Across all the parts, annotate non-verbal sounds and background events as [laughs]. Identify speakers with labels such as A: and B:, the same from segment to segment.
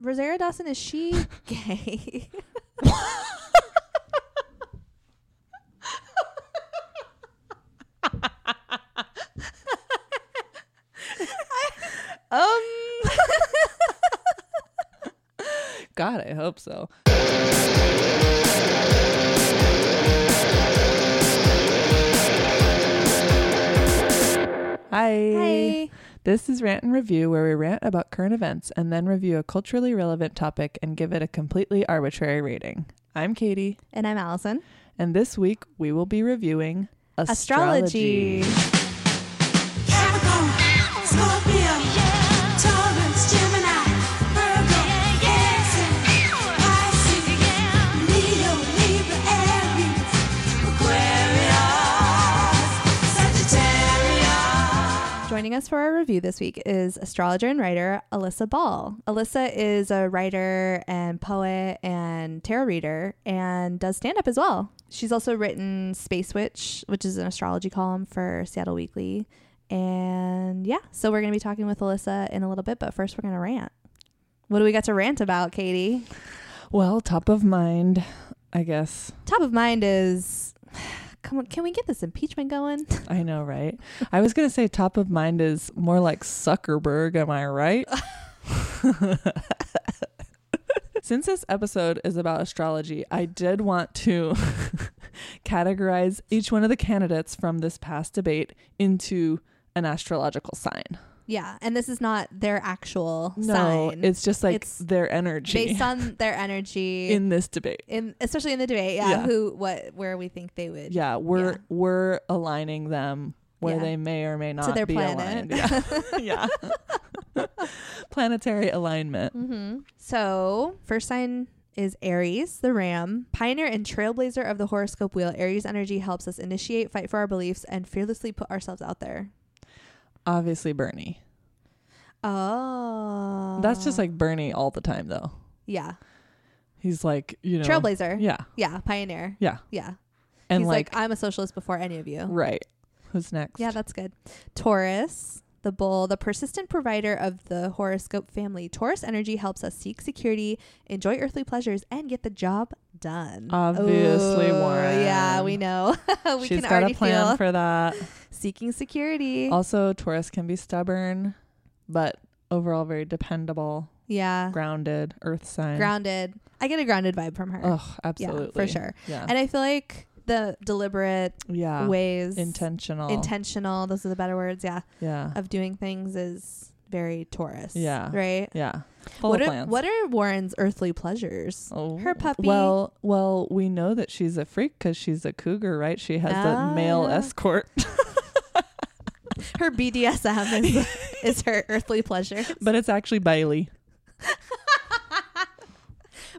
A: Rosario Dawson is she gay?
B: Um. God, I hope so. Hi.
A: Hi.
B: This is Rant and Review, where we rant about current events and then review a culturally relevant topic and give it a completely arbitrary rating. I'm Katie,
A: And I'm Allison.
B: and this week we will be reviewing
A: Astrology.
C: Capricorn, Scorpio, Taurus, Gemini, Virgo, Cancer, Pisces, Leo, Libra, Aries, Aquarius, Sagittarius.
A: Joining us for our review this week is astrologer and writer Alyssa Ball. Alyssa is a writer and poet and tarot reader and does stand up as well. She's also written Space Witch, which is an astrology column for Seattle Weekly. And yeah, so we're going to be talking with Alyssa in a little bit, but first we're going to rant. What do we got to rant about, Katie?
B: Well, top of mind, I guess.
A: Top of mind is [sighs] come on, can we get this impeachment going?
B: I know, right? I was going to say top of mind is more like Zuckerberg, am I
A: [laughs]
B: right? Since this episode is about astrology, I did want to [laughs] categorize each one of the candidates from this past debate into an astrological sign.
A: [laughs] Yeah, and this is not their actual
B: No,
A: sign.
B: it's just like
A: It's
B: their energy
A: based on their energy [laughs] in,
B: [laughs] in this debate.
A: especially in the debate yeah,
B: Yeah.
A: who what where we think they would
B: Yeah, we're
A: Yeah.
B: we're aligning them where
A: Yeah.
B: they may or may not
A: their
B: be
A: planet. [laughs]
B: aligned. Yeah. yeah. [laughs] Planetary alignment.
A: hmm so first sign is Aries, the ram, pioneer and trailblazer of the horoscope wheel. Aries energy helps us initiate, fight for our beliefs, and fearlessly put ourselves out there.
B: Obviously Bernie.
A: Oh,
B: That's just like Bernie all the time though.
A: yeah,
B: He's like, you know.
A: trailblazer.
B: Yeah.
A: yeah, pioneer.
B: Yeah.
A: yeah.
B: And
A: He's
B: like,
A: like, I'm a socialist before any of you.
B: right. Who's next?
A: Yeah, that's good. Taurus, the bull, the persistent provider of the horoscope family. Taurus energy helps us seek security, enjoy earthly pleasures, and get the job done.
B: Obviously,
A: Ooh,
B: Warren.
A: Yeah, we know. [laughs] we can
B: She's got
A: already
B: a plan
A: feel
B: for that.
A: seeking security.
B: Also, Taurus can be stubborn, but overall very dependable,
A: yeah,
B: grounded, earth sign.
A: grounded. I get a grounded vibe from her.
B: Oh, absolutely.
A: yeah, for sure.
B: Yeah.
A: And I feel like the deliberate
B: yeah.
A: ways,
B: Intentional.
A: intentional. Those are the better words. Yeah,
B: yeah.
A: of doing things is very Taurus.
B: Yeah.
A: right.
B: Yeah. Full
A: what
B: of
A: are
B: plans.
A: what are Warren's earthly pleasures?
B: Oh.
A: her puppy?
B: Well, well, we know that she's a freak because she's a cougar, right? She has
A: Ah.
B: a male escort, [laughs]
A: Her BDSM
B: [laughs]
A: is, is her earthly pleasure.
B: but it's actually Bailey.
A: [laughs]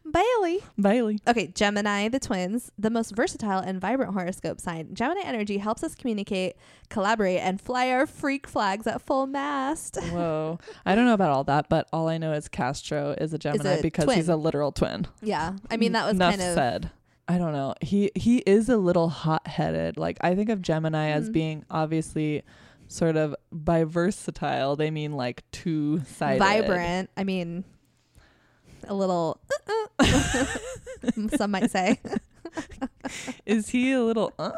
A: Bailey.
B: Bailey.
A: Okay, Gemini, the twins, the most versatile and vibrant horoscope sign. Gemini energy helps us communicate, collaborate, and fly our freak flags at full mast.
B: Whoa. I don't know about all that, but all I know is Castro is a Gemini
A: a
B: because he's a
A: twin.
B: literal twin.
A: Yeah, I mean that was
B: Enough
A: kind of
B: said. I don't know. He he is a little hot headed. Like I think of Gemini as
A: Mhm.
B: being obviously sort of biversatile. They mean like two sided.
A: vibrant. I mean, a little. Uh-uh. [laughs] some might say
B: Is he a little uh?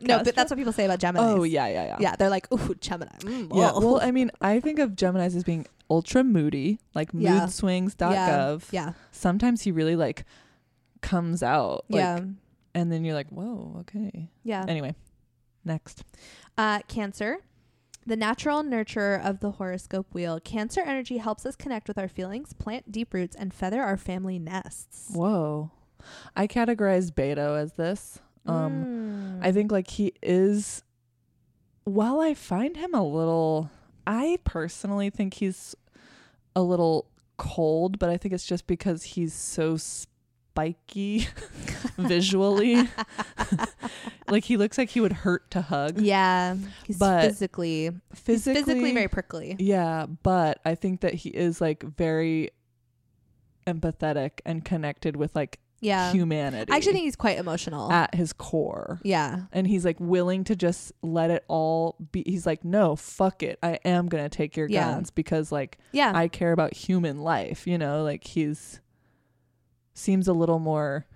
A: no, but that's what people say about Gemini.
B: Oh yeah, yeah, yeah.
A: yeah, they're like, ooh, Gemini. Mm,
B: Yeah.
A: whoa." [laughs]
B: Well, I mean, I think of Gemini's as being ultra moody, like
A: Yeah.
B: moodswings.gov.
A: yeah,
B: Sometimes he really like comes out. Like,
A: yeah,
B: And then you're like, whoa, okay.
A: yeah.
B: Anyway, next.
A: Uh, cancer, the natural nurturer of the horoscope wheel. Cancer energy helps us connect with our feelings, plant deep roots, and feather our family nests.
B: Whoa. I categorized Beto as this. Um,
A: Mm.
B: I think like he is, while I find him a little, I personally think he's a little cold, but I think it's just because he's so spiky [laughs] visually. [laughs] like he looks like he would hurt to hug
A: yeah, he's
B: But
A: physically, he's
B: physically.
A: physically very prickly.
B: yeah, but I think that he is like very empathetic and connected with like
A: Yeah.
B: humanity
A: I actually think he's quite emotional.
B: at his core.
A: yeah.
B: And he's like willing to just let it all be. He's like, no, fuck it. I am going to take your
A: Yeah. Um,
B: guns because, like,
A: Yeah.
B: I care about human life. You know, like he's seems a little more.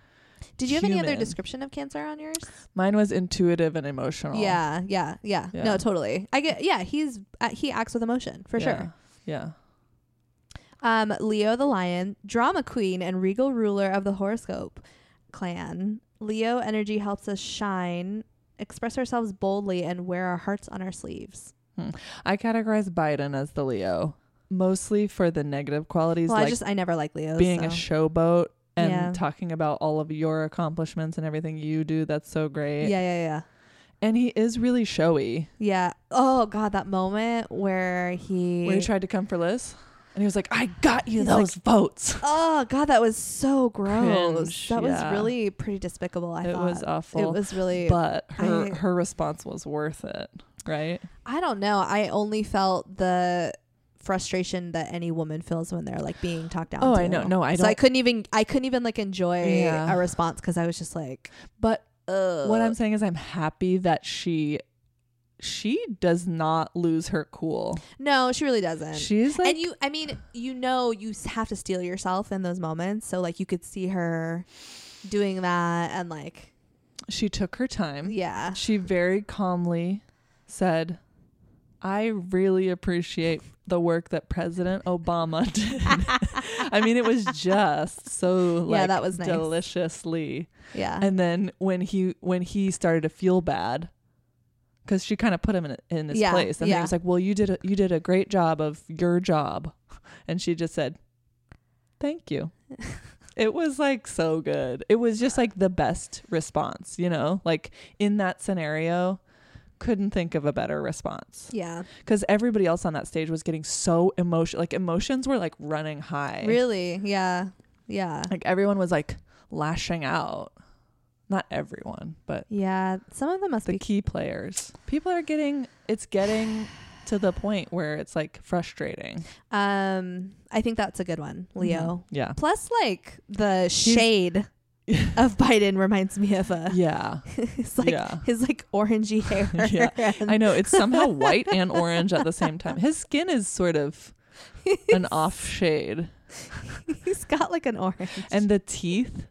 A: Did you have any other
B: human.
A: description of cancer on yours?
B: Mine was intuitive and emotional.
A: Yeah, yeah, yeah,
B: Yeah.
A: No, totally. I get. Yeah, he's uh, he acts with emotion for
B: Yeah.
A: sure.
B: Yeah.
A: Um, Leo the lion, drama queen, and regal ruler of the horoscope clan. Leo energy helps us shine, express ourselves boldly, and wear our hearts on our sleeves.
B: I categorize Biden as the Leo, mostly for the negative qualities
A: well, I
B: like
A: just I never like Leos.
B: being
A: so.
B: a showboat and
A: Yeah.
B: talking about all of your accomplishments and everything you do. That's so
A: yeah,
B: great.
A: yeah, yeah,
B: And he is really showy.
A: yeah. Oh God, that moment where he.
B: Where he tried to come for Liz and he was like, I got you
A: He's like,
B: those votes.
A: Oh God, that was so gross.
B: Cringe,
A: that
B: yeah.
A: was really pretty despicable. I
B: it
A: thought
B: was awful.
A: it was really
B: but her
A: I-
B: her response was worth it, right?
A: I don't know. I only felt the frustration that any woman feels when they're like being talked down.
B: Oh,
A: to.
B: I know. No, I
A: So I
B: don't-
A: couldn't even. I couldn't even like enjoy
B: Yeah.
A: a response because I was just like,
B: But
A: Ugh.
B: what I'm saying is I'm happy that she she does not lose her cool.
A: No, she really doesn't.
B: She's like
A: and you, I mean, you know, you s- have to steel yourself in those moments. So like, you could see her doing that, and like,
B: she took her time. [laughs]
A: yeah,
B: She very calmly said, I really appreciate the work that President
A: [laughs]
B: Obama did. [laughs] I mean, it was just so like
A: that was nice.
B: deliciously.
A: [laughs] yeah,
B: And then when he when he started to feel bad, because she kind of put him in in his
A: Yeah,
B: place, and then
A: yeah.
B: he was like, "Well, you did a, you did a great job of your job," [laughs] and she just said, "Thank you."
A: [laughs]
B: it was like so good. It was just like the best response, you know, like in that scenario. Couldn't think of a better response
A: yeah.
B: because everybody else on that stage was getting so emotional. Like emotions were like running high.
A: Really, yeah, yeah,
B: Like everyone was like lashing out. Not everyone, but
A: yeah. Some of them must
B: the
A: be
B: key players. People are getting it's getting to the point where it's like frustrating.
A: Um, I think that's a good one,
B: Mm-hmm.
A: Leo.
B: Yeah.
A: Plus, like the shade [laughs] of Biden reminds me of a.
B: Yeah.
A: [laughs] His like
B: Yeah.
A: his like
B: [laughs]
A: orangey hair.
B: Yeah.
A: and-
B: I know. It's somehow white and orange at the same time. His skin is sort of an off shade.
A: he's got like an orange.
B: And the teeth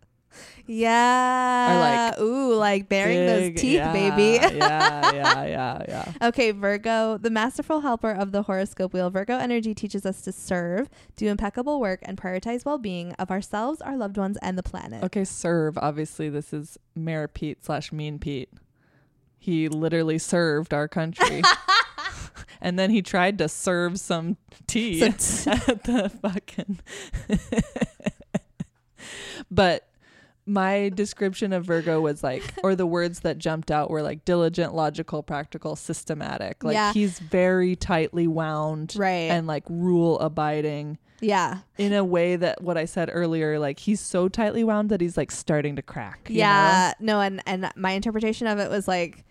A: yeah. ooh, like baring
B: big.
A: those teeth,
B: Yeah,
A: baby.
B: yeah, yeah, yeah, yeah.
A: [laughs] Okay, Virgo, the masterful helper of the horoscope wheel. Virgo energy teaches us to serve, do impeccable work, and prioritize well-being of ourselves, our loved ones, and the planet.
B: Okay, serve. Obviously, this is Mayor Pete slash Mean Pete. He literally served
A: [laughs]
B: our country. and then he tried to serve some tea at [laughs] the fucking. [laughs] but my description of Virgo
A: [laughs]
B: was like, or the words that jumped out were like diligent, logical, practical, systematic. Like
A: Yeah.
B: he's very tightly wound
A: [laughs] Right.
B: and like rule abiding
A: yeah.
B: in a way that what I said earlier, like he's so tightly wound that he's like starting to crack. you
A: yeah no and and my interpretation of it was like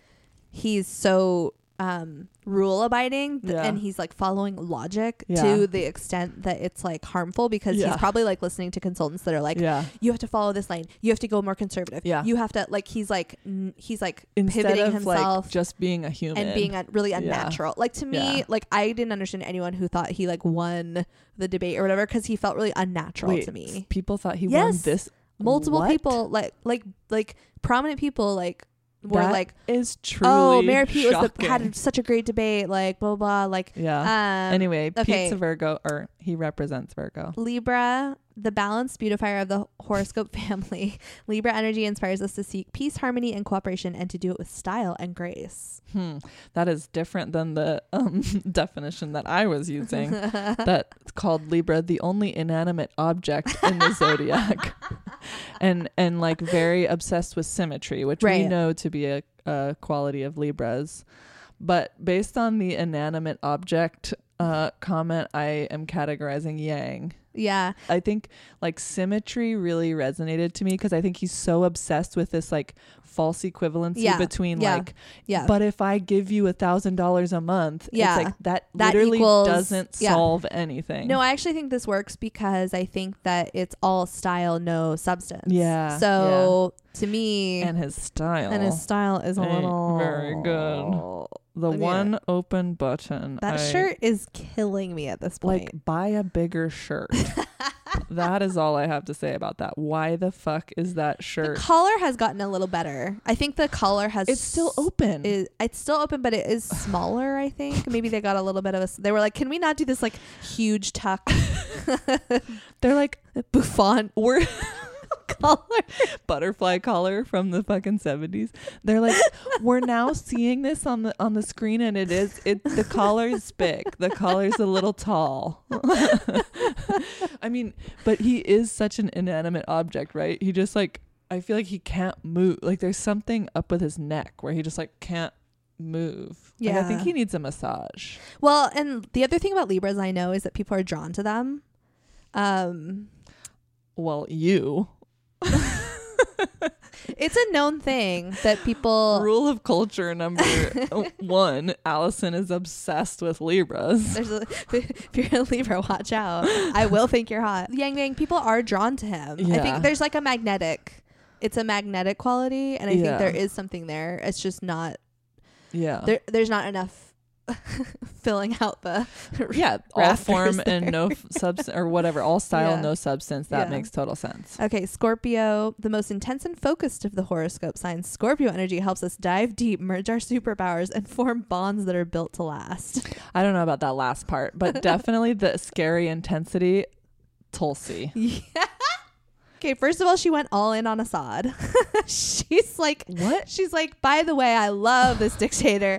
A: he's so um rule abiding th-
B: Yeah.
A: and he's like following logic
B: Yeah.
A: to the extent that it's like harmful because
B: Yeah.
A: he's probably like listening to consultants that are like
B: know? yeah.
A: you have to follow this line you have to go more conservative
B: Yeah.
A: you have to like he's like n- he's like
B: Instead
A: pivoting
B: of
A: himself
B: like just being a human
A: and being un- really
B: Yeah.
A: unnatural. Like to me,
B: Yeah.
A: like I didn't understand anyone who thought he like won the debate or whatever because he felt really unnatural
B: Wait,
A: to me.
B: People thought he won
A: Yes.
B: this.
A: multiple
B: What?
A: people like like like prominent people like were
B: That
A: like
B: is truly.
A: oh mary pete was the,
B: shocking.
A: had such a great debate like blah blah, blah, like
B: Yeah.
A: um
B: anyway,
A: okay.
B: Pete's a Virgo, or he represents Virgo.
A: libra the balanced beautifier of the horoscope [laughs] family libra energy inspires us to seek peace harmony and cooperation and to do it with style and
B: [laughs]
A: grace [laughs]
B: Hmm. That is different than the um, [laughs] definition that I was
A: [laughs]
B: using. that's called Libra, the only inanimate object in the
A: [laughs]
B: zodiac, and and like very obsessed with symmetry, which we
A: Right.
B: know to be a, a quality of Libras. But based on the inanimate object uh, comment, I am categorizing Yang
A: Yeah.
B: I think like symmetry really resonated to me because I think he's so obsessed with this like false equivalency
A: Yeah,
B: between
A: yeah,
B: like,
A: yeah.
B: but if I give you a thousand dollars a month,
A: Yeah,
B: it's like that,
A: that
B: literally
A: equals-
B: doesn't
A: yeah.
B: solve anything.
A: No, I actually think this works because I think that it's all style, no substance.
B: Yeah,
A: So to me,
B: and his style
A: and his style is a
B: Ain't
A: little
B: very good. the
A: mean,
B: one open button
A: That
B: I-
A: shirt is killing me at this point.
B: like buy a
A: [laughs]
B: bigger shirt. that is all I have to say about that. Why the fuck is that
A: the
B: shirt?
A: collar has gotten a little better. I think the collar has.
B: It's still open.
A: Is, it's still open, but it
B: [sighs]
A: is smaller. I think maybe they got a little bit of a. s- They were like, "Can we not do this like huge tuck [laughs]
B: They're like
A: bouffant
B: we're [laughs]
A: collar?"
B: butterfly collar from the fucking seventies. They're like, we're now seeing this on the on the screen, and it is it the collar's big. The collar's a little tall. [laughs] I mean, but he is such an inanimate object, right? He just like I feel like he can't move. Like there's something up with his neck where he just like can't move. Like, I think
A: Yeah.
B: he needs a massage.
A: Well, and the other thing about Libras I know is that people are drawn to them. Um,
B: Well, you [laughs]
A: it's a known thing that people.
B: rule of
A: [laughs]
B: culture number one. Allison is obsessed with Libras.
A: There's a, [laughs] if you're a Libra, watch out. I will think you're hot. Yang Yang, people are drawn to him. I
B: Yeah.
A: think there's like a magnetic. It's a magnetic quality, and I
B: Yeah. Oh.
A: think there is something there. It's just not
B: Yeah.
A: there. There's not enough [laughs] filling out the. [laughs]
B: yeah, all
A: rafters
B: form
A: there.
B: and no f- substance or whatever, all style,
A: Yeah.
B: no substance. That
A: Yeah.
B: makes total sense.
A: Okay, Scorpio, the most intense and focused of the horoscope signs. Scorpio energy helps us dive deep, merge our superpowers, and form bonds that are built to last. [laughs]
B: I don't know about that last part, but definitely the scary intensity, Tulsi.
A: Yeah. Okay, first of all, she went all in on Assad. [laughs] she's like,
B: What?
A: She's like, by the way, I love this dictator.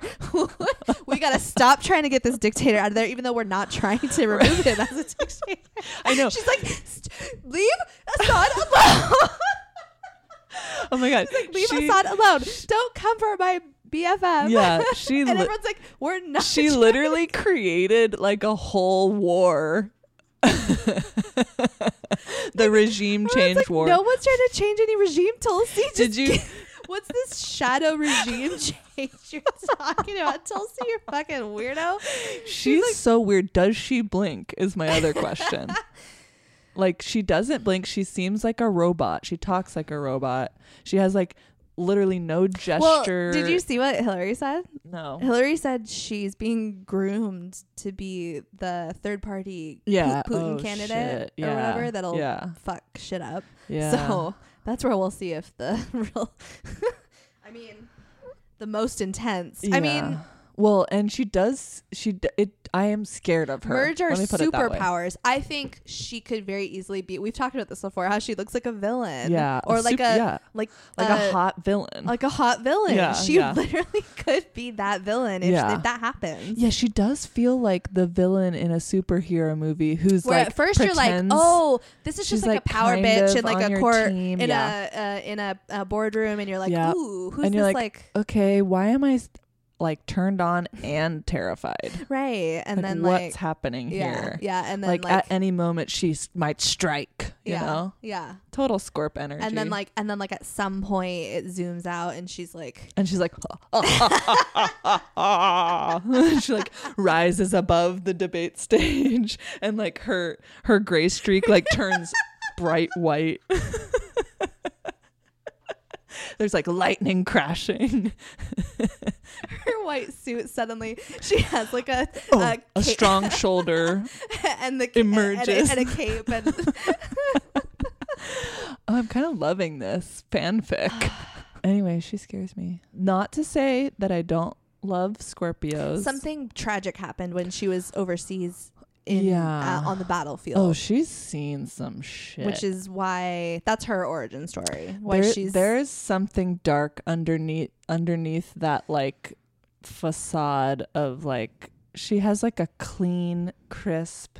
A: [laughs] we gotta stop trying to get this dictator out of there, even though we're not trying to remove him
B: [laughs]
A: as a dictator.
B: I know.
A: She's like, "St- leave Assad alone. [laughs]
B: Oh my god.
A: leave
B: She-
A: Assad alone. Don't come for my BFF. [laughs]
B: Yeah, she
A: and
B: li-
A: everyone's like, we're not.
B: she literally created like a whole war. [laughs]
A: [laughs]
B: the regime
A: [laughs] Everyone's
B: change
A: like,
B: war.
A: No one's trying to change any regime, Tulsi. Just
B: Did you-
A: [laughs] What's this shadow regime [laughs] change you're talking about? Tulsi, you're fucking weirdo.
B: She's so weird. Does she blink? Is my
A: [laughs]
B: other question. like she doesn't blink. She seems like a robot. She talks like a robot. She has like literally no
A: Well,
B: gesture.
A: did you see what Hillary said? [laughs]
B: No.
A: Hillary said she's being groomed to be the third party Pu-
B: Yeah.
A: Putin
B: Oh,
A: candidate
B: shit. Yeah.
A: or whatever that'll
B: Yeah.
A: fuck shit up.
B: Yeah.
A: So that's where we'll see if the [laughs] real, I mean, the most intense. I mean,
B: Yeah. well, and she does. She d- it. I am scared of her.
A: merge our
B: Let me put it that way.
A: superpowers. I think she could very easily be. We've talked about this before. How she looks like a villain.
B: Yeah, a
A: Or like
B: sup-
A: a
B: yeah.
A: like
B: Like a hot villain.
A: like a hot villain.
B: Yeah,
A: she
B: yeah.
A: literally [laughs] could be that villain if,
B: Yeah.
A: if that happens.
B: yeah, she does feel like the villain in a superhero movie who's
A: Where
B: like
A: at first you're like,
B: pretends-
A: oh, this is
B: she's,
A: just like,
B: like,
A: a power
B: kind
A: bitch
B: of
A: in like
B: on
A: a
B: your
A: court
B: team,
A: in
B: yeah.
A: a uh, in a, a boardroom, and you're like,
B: Yeah.
A: ooh, who's
B: And
A: this
B: you're
A: like,
B: like, okay, why am I like turned on and terrified?
A: right? And then
B: what's
A: like,
B: happening
A: yeah,
B: here?
A: yeah, and then
B: like,
A: like,
B: at any moment she s- might strike. You
A: yeah,
B: know,
A: yeah,
B: total scorp energy.
A: and then like, and then like at some point it zooms out, and she's like,
B: and she's like, she like rises above the debate stage, [laughs] and like her her gray streak [laughs] like
A: [laughs]
B: turns bright white. [laughs] There's like lightning crashing.
A: her white suit suddenly she has like a [laughs]
B: a,
A: a, cape
B: strong shoulder.
A: and the
B: emerges.
A: and a, and a cape
B: [laughs]
A: and
B: Oh, I'm kind of loving this fanfic.
A: [sighs]
B: anyway, she scares me. Not to say that I don't love Scorpios.
A: something tragic happened when she was overseas in
B: Yeah.
A: uh, on the battlefield.
B: Oh, she's seen some shit.
A: which is why that's her origin story. Why
B: There-
A: she's
B: there's something dark underneath underneath that like facade of like she has like a clean, crisp,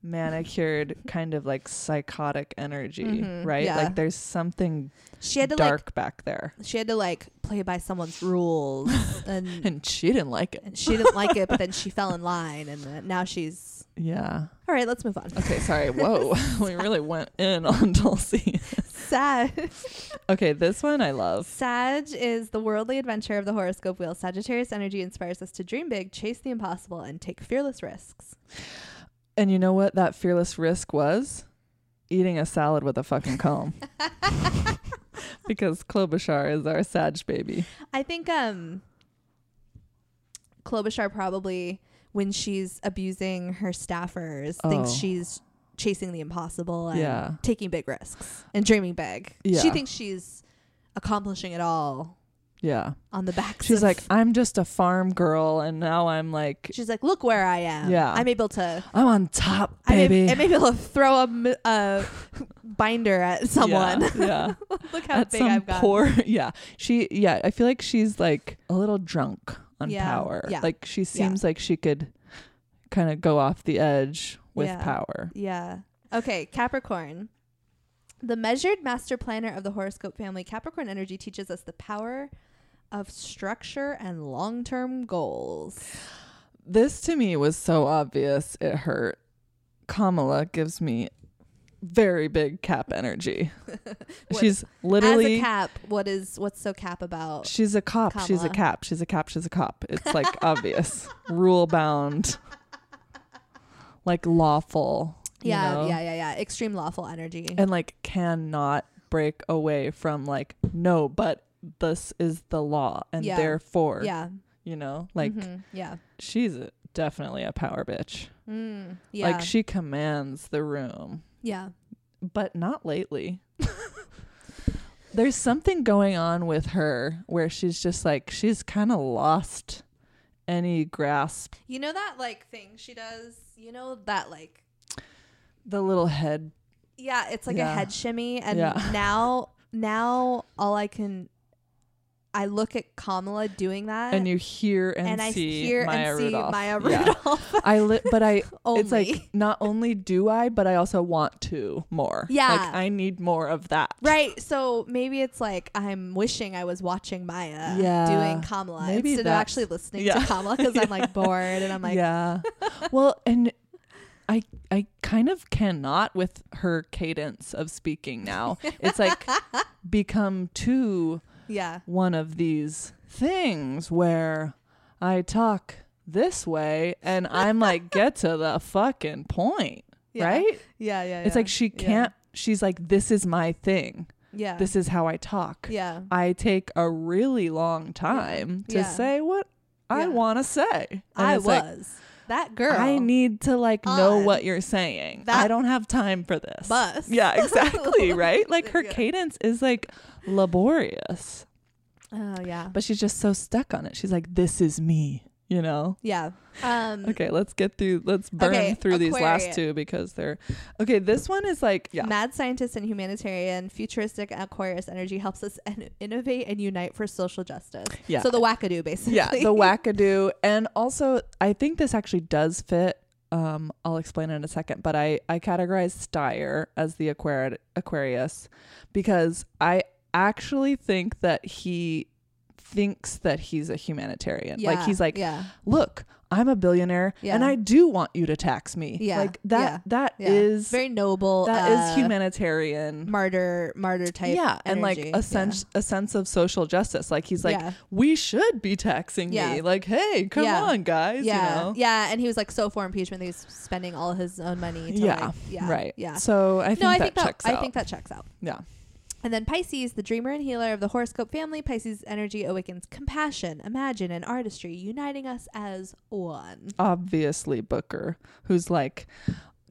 A: [laughs]
B: manicured kind of like psychotic energy,
A: Mhm,
B: right?
A: yeah.
B: Like there's something
A: she had to
B: dark back there.
A: like she had to like play by someone's
B: [laughs]
A: rules and,
B: And she didn't like it.
A: and she didn't like it, but then she fell in line and then now she's
B: Yeah.
A: All right, let's move on.
B: Okay, sorry. Whoa. [laughs] we really went in on [laughs] Dulcie.
A: Sag.
B: Okay, this one I love.
A: Sag is the worldly adventure of the horoscope wheel. Sagittarius energy inspires us to dream big, chase the impossible, and take fearless risks. [laughs]
B: And you know what that fearless risk was? Eating a salad with a
A: [laughs]
B: fucking comb. because Klobuchar is our Sag baby.
A: I think um Klobuchar probably when she's abusing her staffers thinks
B: Oh.
A: she's chasing the impossible and
B: Yeah.
A: taking big risks and dreaming big. She
B: Yeah.
A: thinks she's accomplishing it all
B: Yeah.
A: on the back.
B: She's like, I'm just a farm girl and now I'm like
A: she's like, look where I am.
B: Yeah.
A: I'm able to.
B: I'm on top,
A: I'm ab-
B: baby.
A: I'm able to throw a, m-
B: [laughs]
A: a binder at someone.
B: Yeah. yeah.
A: [laughs] Look how
B: At
A: big
B: some
A: I've got.
B: poor yeah. She yeah, I feel like she's like a little drunk on
A: Yeah.
B: power.
A: Yeah.
B: Like she seems like she could kind of go off the edge with
A: Yeah.
B: power.
A: Yeah. Okay, Capricorn. The measured master planner of the horoscope family, Capricorn energy teaches us the power of structure and long term goals. [laughs]
B: This to me was so obvious it hurt. Kamala gives me very big cap energy.
A: What-
B: she's
A: As a
B: literally
A: cap, what is what's so cap about?
B: she's a cop, she's a
A: Kamala.
B: cap, she's a cap, she's a cop.
A: [laughs]
B: It's like obvious. Rule bound. Like lawful. you
A: Yeah,
B: know?
A: yeah, yeah, yeah. Extreme lawful energy.
B: And like cannot break away from like, no, but this is the law and
A: Yeah.
B: therefore
A: yeah.
B: you know, like
A: mhm, yeah.
B: she's a, definitely a power bitch.
A: Mm, yeah.
B: Like she commands the room.
A: yeah.
B: but not
A: [laughs]
B: lately. There's something going on with her where she's just like she's kind of lost any grasp.
A: You know that like thing she does? You know that like
B: The little head.
A: Yeah, it's like a
B: Yeah.
A: head shimmy, and
B: Yeah. [laughs]
A: now now all I can I look at Kamala doing that,
B: And you hear and,
A: and I
B: see
A: hear
B: Maya
A: and see
B: Rudolph.
A: Maya
B: Yeah.
A: Rudolph. Oh
B: I li-
A: [laughs]
B: but I
A: only.
B: it's like not only do I but I also want to more.
A: Yeah.
B: Like I need more of that.
A: Right, so maybe it's like I'm wishing I was watching Maya
B: Yeah.
A: doing Kamala
B: Maybe
A: instead of
B: that's-
A: actually listening to
B: [laughs] Yeah.
A: [laughs] Kamala because I'm like bored and I'm like, [laughs]
B: yeah. well, and I I kind of cannot with her cadence of speaking now.
A: [laughs]
B: It's like become too
A: yeah,
B: one of these things where I talk this way and
A: [laughs]
B: I'm like get to the fucking point,
A: yeah,
B: right?
A: Yeah, yeah, yeah.
B: It's like she
A: yeah,
B: can't she's like this is my thing.
A: Yeah,
B: This is how I talk.
A: yeah,
B: I take a really long time to
A: Yeah.
B: say what
A: Yeah.
B: I want to say. And
A: I
B: it's
A: was
B: like,
A: that girl.
B: I need to like know
A: on
B: what you're saying.
A: that
B: I don't have time for this.
A: bus. [laughs]
B: Yeah, exactly, right? Like her
A: Yeah.
B: cadence is like laborious,
A: Oh yeah,
B: but she's just so stuck on it. She's like this is me, you know?
A: yeah. Um,
B: Okay, let's get through let's burn
A: Okay,
B: through these last
A: Aquarius.
B: two because they're Okay, this one is like yeah.
A: Mad scientist and humanitarian, futuristic Aquarius energy helps us in- innovate and unite for social justice.
B: Yeah.
A: So the wackadoo, basically.
B: [laughs]
A: [laughs]
B: yeah, the wackadoo. And also, I think this actually does fit. Um, I'll explain in a second, but I, I categorize Steyer as the Aquari- Aquarius because I actually think that he thinks that he's a humanitarian. Like,
A: Yeah,
B: he's like,
A: yeah,
B: look, I'm a billionaire and
A: Yeah.
B: I do want you to tax me.
A: Yeah,
B: Like, that, that
A: yeah.
B: is
A: very noble.
B: that is
A: uh,
B: humanitarian.
A: Martyr, martyr type.
B: Yeah, and like
A: energy.
B: a sense a sense of social justice. Like he's like,
A: Yeah.
B: we should be taxing
A: Yeah.
B: me. Like, hey, come
A: Yeah.
B: on, guys.
A: Yeah,
B: You know?
A: yeah, and he was like so for impeachment that he's spending all his own money. To
B: Yeah,
A: like- yeah,
B: right.
A: Yeah.
B: So I think
A: no, I
B: that
A: think that
B: checks
A: I
B: out.
A: think that checks out.
B: yeah.
A: And then Pisces, the dreamer and healer of the horoscope family, Pisces energy awakens compassion, imagine, and artistry, uniting us as one.
B: Obviously Booker, who's like,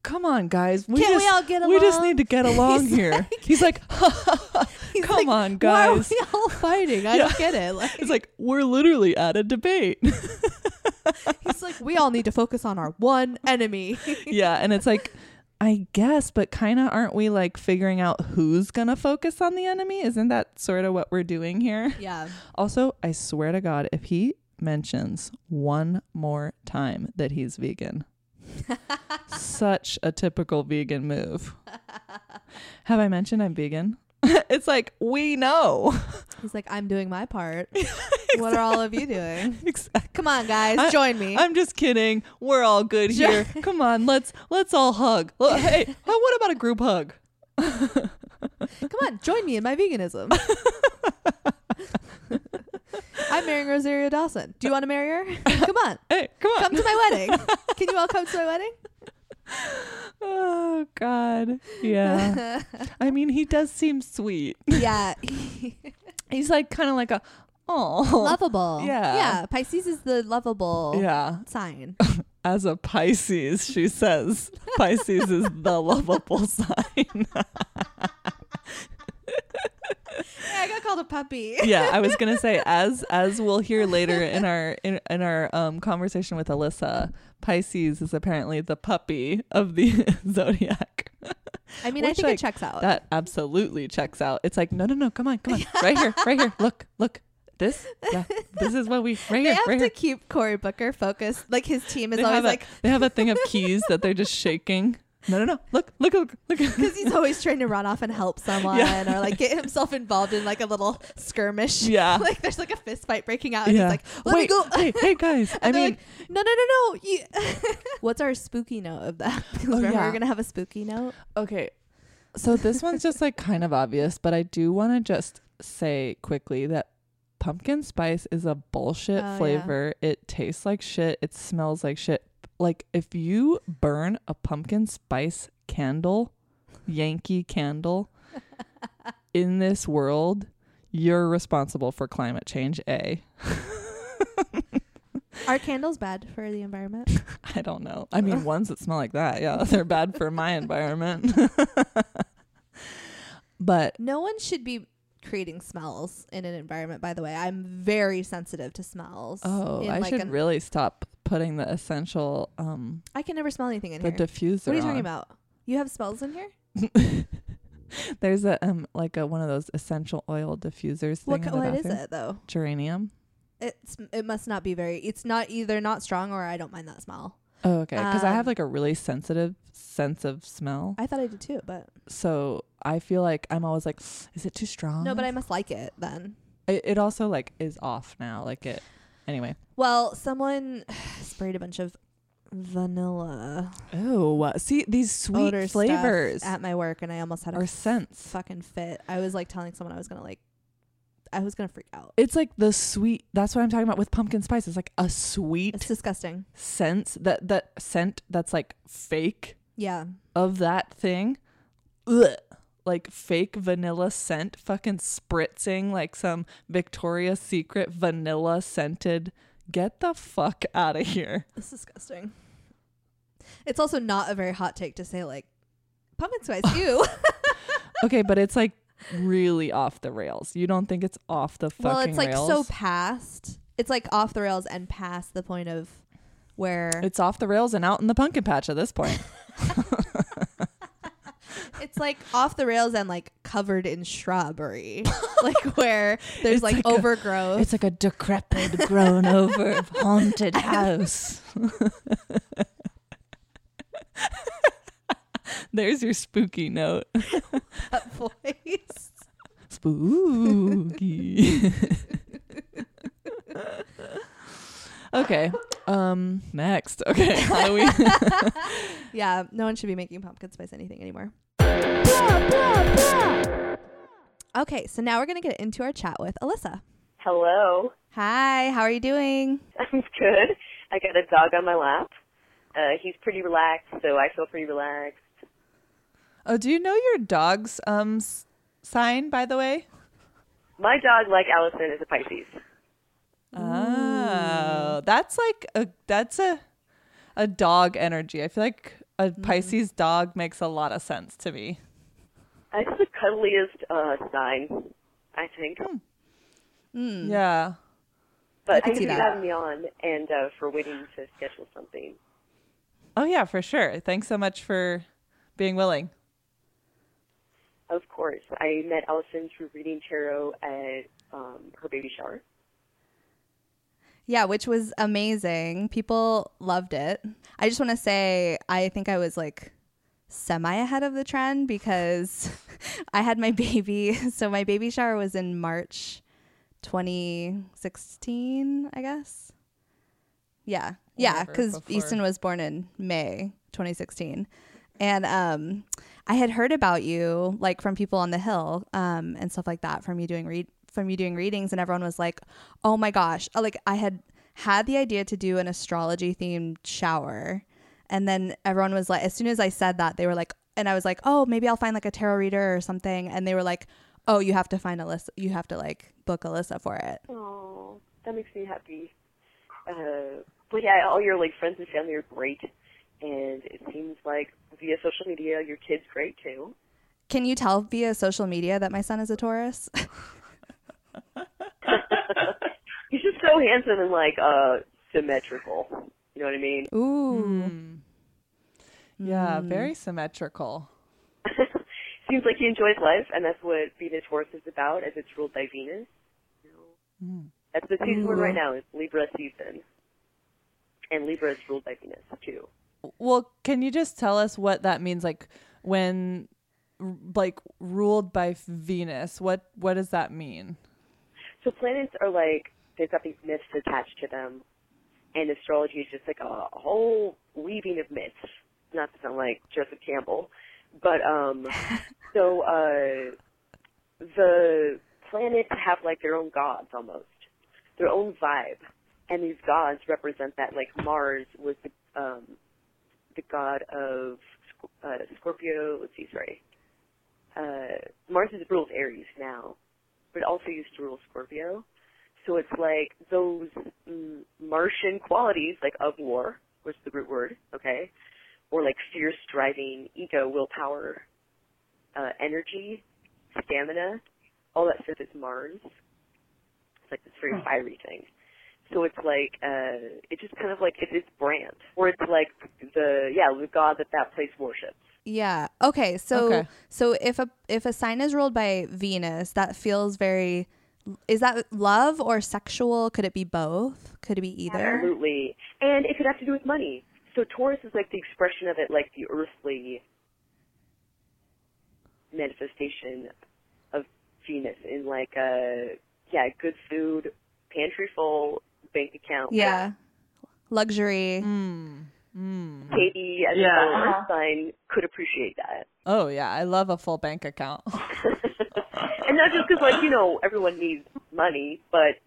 B: come on, guys. We
A: Can't we
B: just,
A: all get
B: just
A: along?" [laughs]
B: need to get along
A: He's
B: here. he's like, [laughs]
A: He's
B: come
A: like,
B: on,
A: Why are
B: guys.
A: we all fighting? I
B: Yeah.
A: don't get it. Like,
B: [laughs] It's like we're literally at a debate.
A: He's like, we all need to focus on our one
B: [laughs]
A: enemy.
B: yeah, and it's like I guess, but kind of aren't we like figuring out who's going to focus on the enemy? Isn't that sort of what we're doing here?
A: [laughs] yeah.
B: Also, I swear to God, if he mentions one more time that he's vegan, such a typical vegan move. Have I [laughs] mentioned I'm vegan? it's like, we know. [laughs]
A: He's like, I'm doing my part. What are all of you doing? [laughs]
B: exactly.
A: Come on, guys,
B: I-
A: join me.
B: I'm just kidding. We're all good
A: Sure.
B: here. Come on, let's let's all hug. Well, Hey, uh, what about a group hug? [laughs]
A: Come on, join me in my
B: [laughs]
A: veganism. [laughs] I'm marrying Rosario Dawson. Do you want to marry her?
B: [laughs]
A: Come on,
B: Hey, come on.
A: come to my wedding. Can you all come to my wedding?
B: oh God,
A: [laughs]
B: yeah. I mean, he does seem sweet.
A: yeah, [laughs]
B: He's like kind of like a oh
A: lovable.
B: Yeah.
A: yeah. Pisces is the lovable
B: yeah. [laughs]
A: sign.
B: As a Pisces, she says Pisces is
A: [laughs]
B: the lovable sign. [laughs]
A: Yeah, I got called a puppy.
B: yeah, I was gonna say as as we'll hear later in our in, in our um, conversation with Alyssa, Pisces is apparently the puppy of the [laughs] zodiac.
A: I mean, I
B: Which,
A: think
B: like,
A: it checks out.
B: That absolutely checks out. It's like no no no, come on come on, right here right here, look look this
A: [laughs]
B: yeah this is what we right
A: they
B: here
A: have
B: right
A: to
B: here.
A: keep Cory Booker focused. Like his team is
B: They
A: always
B: have a
A: like,
B: they have a thing of keys that they're just shaking. [laughs] No no no, look look look [laughs] look.
A: because he's always trying to run off and help someone
B: [laughs] Yeah.
A: or like get himself involved in like a little skirmish.
B: Yeah.
A: [laughs] like there's like a fist fight breaking out, and he's like, "Let
B: Wait,
A: me go."
B: [laughs] hey, hey guys. I
A: [laughs] And they're
B: mean,
A: like, no, no, no, no. You What's our spooky note of that? [laughs] Because remember,
B: Oh, yeah.
A: we're gonna have a spooky note.
B: Okay. So this one's just like kind of obvious, but I do want to just say quickly that pumpkin spice is a bullshit
A: Oh, yeah.
B: flavor. It tastes like shit. It smells like shit. Like if you burn a pumpkin spice candle, Yankee
A: [laughs]
B: candle in this world, you're responsible for climate change, A. [laughs]
A: Are candles bad for the environment?
B: I don't know. I mean, ones that smell like that, yeah, they're bad for my environment. [laughs] but
A: No one should be creating smells in an environment. By the way, I'm very sensitive to smells.
B: Oh,
A: in,
B: I
A: like,
B: should
A: an-
B: really stop putting the essential, um,
A: I can never smell anything in
B: the
A: here.
B: diffuser.
A: What are you talking
B: on.
A: about? You have smells in here?
B: [laughs] There's a um, like a one of those essential oil diffusers.
A: What
B: thing in
A: co-
B: the
A: what is
B: bathroom.
A: it though?
B: Geranium.
A: It's it must not be very. It's not either not strong or I don't mind that smell.
B: Oh, okay. Because I have
A: Um,
B: like a really sensitive sense of smell,
A: I thought I did too, but
B: so I feel like I'm always like, is it too strong?
A: no. But I must like it then.
B: It, it also like is off now. Like it. Anyway.
A: Well, someone [sighs] sprayed a bunch of vanilla uh,
B: Oh, see these sweet
A: odor stuff
B: flavors
A: at my work, and I almost had a
B: or scents.
A: fucking fit. I was like telling someone I was gonna like, I was gonna freak out.
B: It's like the sweet. That's what I'm talking about with pumpkin spice. It's like a sweet
A: It's disgusting.
B: scents that that scent that's like fake
A: Yeah,
B: of that thing Ugh. like fake vanilla scent fucking spritzing like some victoria's secret vanilla scented get the fuck out of here
A: it's disgusting. It's also not a very hot take to say like pumpkin
B: [laughs]
A: spice. Ew.
B: okay but it's like really off the rails you don't think it's off the fucking
A: [laughs] well, it's like
B: rails
A: so past. It's like off the rails and past the point of where
B: it's off the rails and out in the pumpkin patch at this point
A: [laughs] It's like off the rails and like covered in
B: [laughs]
A: shrubbery, like where there's
B: It's
A: like,
B: like a-
A: overgrowth.
B: it's like a decrepit grown [laughs] over haunted house [laughs] there's your spooky note
A: that [laughs] voice.
B: Spooky. [laughs] okay. Um next. Okay. How do we
A: yeah, no one should be making pumpkin spice anything anymore. Okay, so now we're gonna get into our chat with Alyssa.
D: Hello. [laughs]
A: Hi, how are you doing?
D: I'm good. I got a dog on my lap. Uh, he's pretty relaxed, so I feel pretty relaxed.
B: [laughs] Oh, do you know your dog's um s- sign by the way?
D: My dog, like Allison, is a Pisces.
B: Oh, that's like a that's a a dog energy. I feel like a Pisces dog makes a lot of sense to me.
D: It's the cuddliest uh, sign, I think.
B: Yeah.
D: But
A: Hmm, can
D: thank
A: see
D: you for
A: that.
D: having me on and uh, for waiting to schedule something.
B: Oh yeah, for sure. Thanks so much for being willing.
D: Of course, I met Allison through reading tarot at um, her baby shower.
A: Yeah, which was amazing. People loved it. I just want to say, I think I was like semi ahead of the trend [laughs] because I had my baby. So my baby shower was in March 2016, I guess. Yeah. Yeah,
B: Whatever,
A: because
B: before-
A: Easton was born in May 2016. And um, I had heard about you, like from people on the hill um, and stuff like that, from you doing read from you doing readings, and everyone was like, "Oh my gosh!" Like I had had the idea to do an astrology themed shower, and then everyone was like, as soon as I said that, they were like, and I was like, "Oh, maybe I'll find like a tarot reader or something," and they were like, "Oh, you have to find Alyssa. You have to like book Alyssa for it."
D: Oh, that makes me happy. Uh, but yeah, all your like friends and family are great, and it seems like via social media, your kids great too.
A: Can you tell via social media that my son is a Taurus?
D: He's just so handsome and like uh symmetrical. You know what I mean? [laughs]
A: Ooh.
B: Mm. Yeah, very symmetrical.
D: Seems like he enjoys life, and that's what being a Taurus is about, as it's ruled by Venus. You know? That's the season we're in right now. It's Libra season, and Libra is ruled by Venus too.
B: Well, can you just tell us what that means? Like when, r- like ruled by Venus. What what does that mean?
D: So planets are like they've got these myths attached to them, and astrology is just like a whole weaving of myths. Not to sound like Joseph Campbell, but um, so uh, the planets have like their own gods almost, their own vibe, and these gods represent that. Like Mars was the um, the god of Sc- uh, Scorpio. Let's see, sorry. Uh, Mars is rules Aries now, but also used to rule Scorpio. So it's like those mm, Martian qualities, like of war, was the root word, okay, or like fierce driving, ego, willpower, uh, energy, stamina, all that stuff is Mars. It's like this very fiery thing. So it's like uh, it's just kind of like it's its brand, or it's like the yeah the god that that place worships.
A: Yeah. Okay. So
B: Okay.
A: so if a if a sign is ruled by Venus, that feels very is that love or sexual? Could it be both? Could it be either?
D: Absolutely. And it could have to do with money. So Taurus is like the expression of it, like the earthly manifestation of Venus in like a, yeah, good food, pantry full, bank account.
A: Yeah. Luxury.
B: Mm.
D: Katie, as
B: Yeah.
D: a earth sign, could appreciate that.
B: Oh yeah, I love a full bank account. [laughs]
D: and not just because, like, you know, everyone needs money, but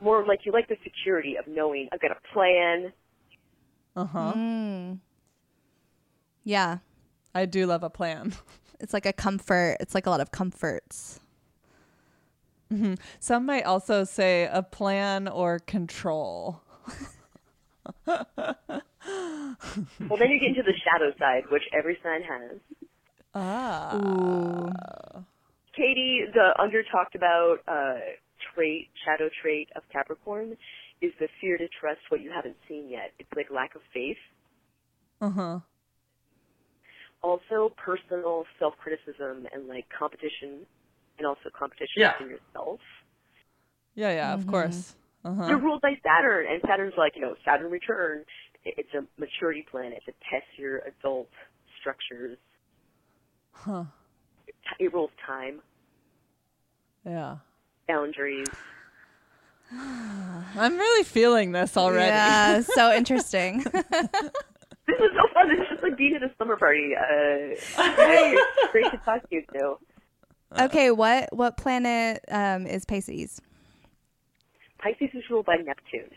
D: more like you like the security of knowing I've got a plan.
B: Uh huh.
A: Mm. Yeah.
B: I do love a plan. [laughs]
A: It's like a comfort. It's like a lot of comforts.
B: Some might also say a plan or control.
D: Well, then you get into the shadow side, which every sign has.
B: Ah.
D: Katie, the under talked about uh, trait, shadow trait of Capricorn is the fear to trust what you haven't seen yet. It's like lack of faith.
B: Uh huh.
D: Also, personal self criticism and like competition, and also competition within yourself.
B: Yeah, yeah, of course. Uh huh.
D: You're ruled by Saturn, and Saturn's like, you know, Saturn return. I- It's a maturity planet that tests your adult structures.
B: Huh.
D: T- It rules time,
B: [sighs] Yeah.
D: boundaries.
B: I'm really feeling this already.
A: Yeah. So interesting. [laughs]
D: This was so fun. This is just like being at a summer party. Uh, [laughs] great to talk to you, too.
A: okay. What what planet um, is Pisces?
D: Pisces is ruled by Neptune.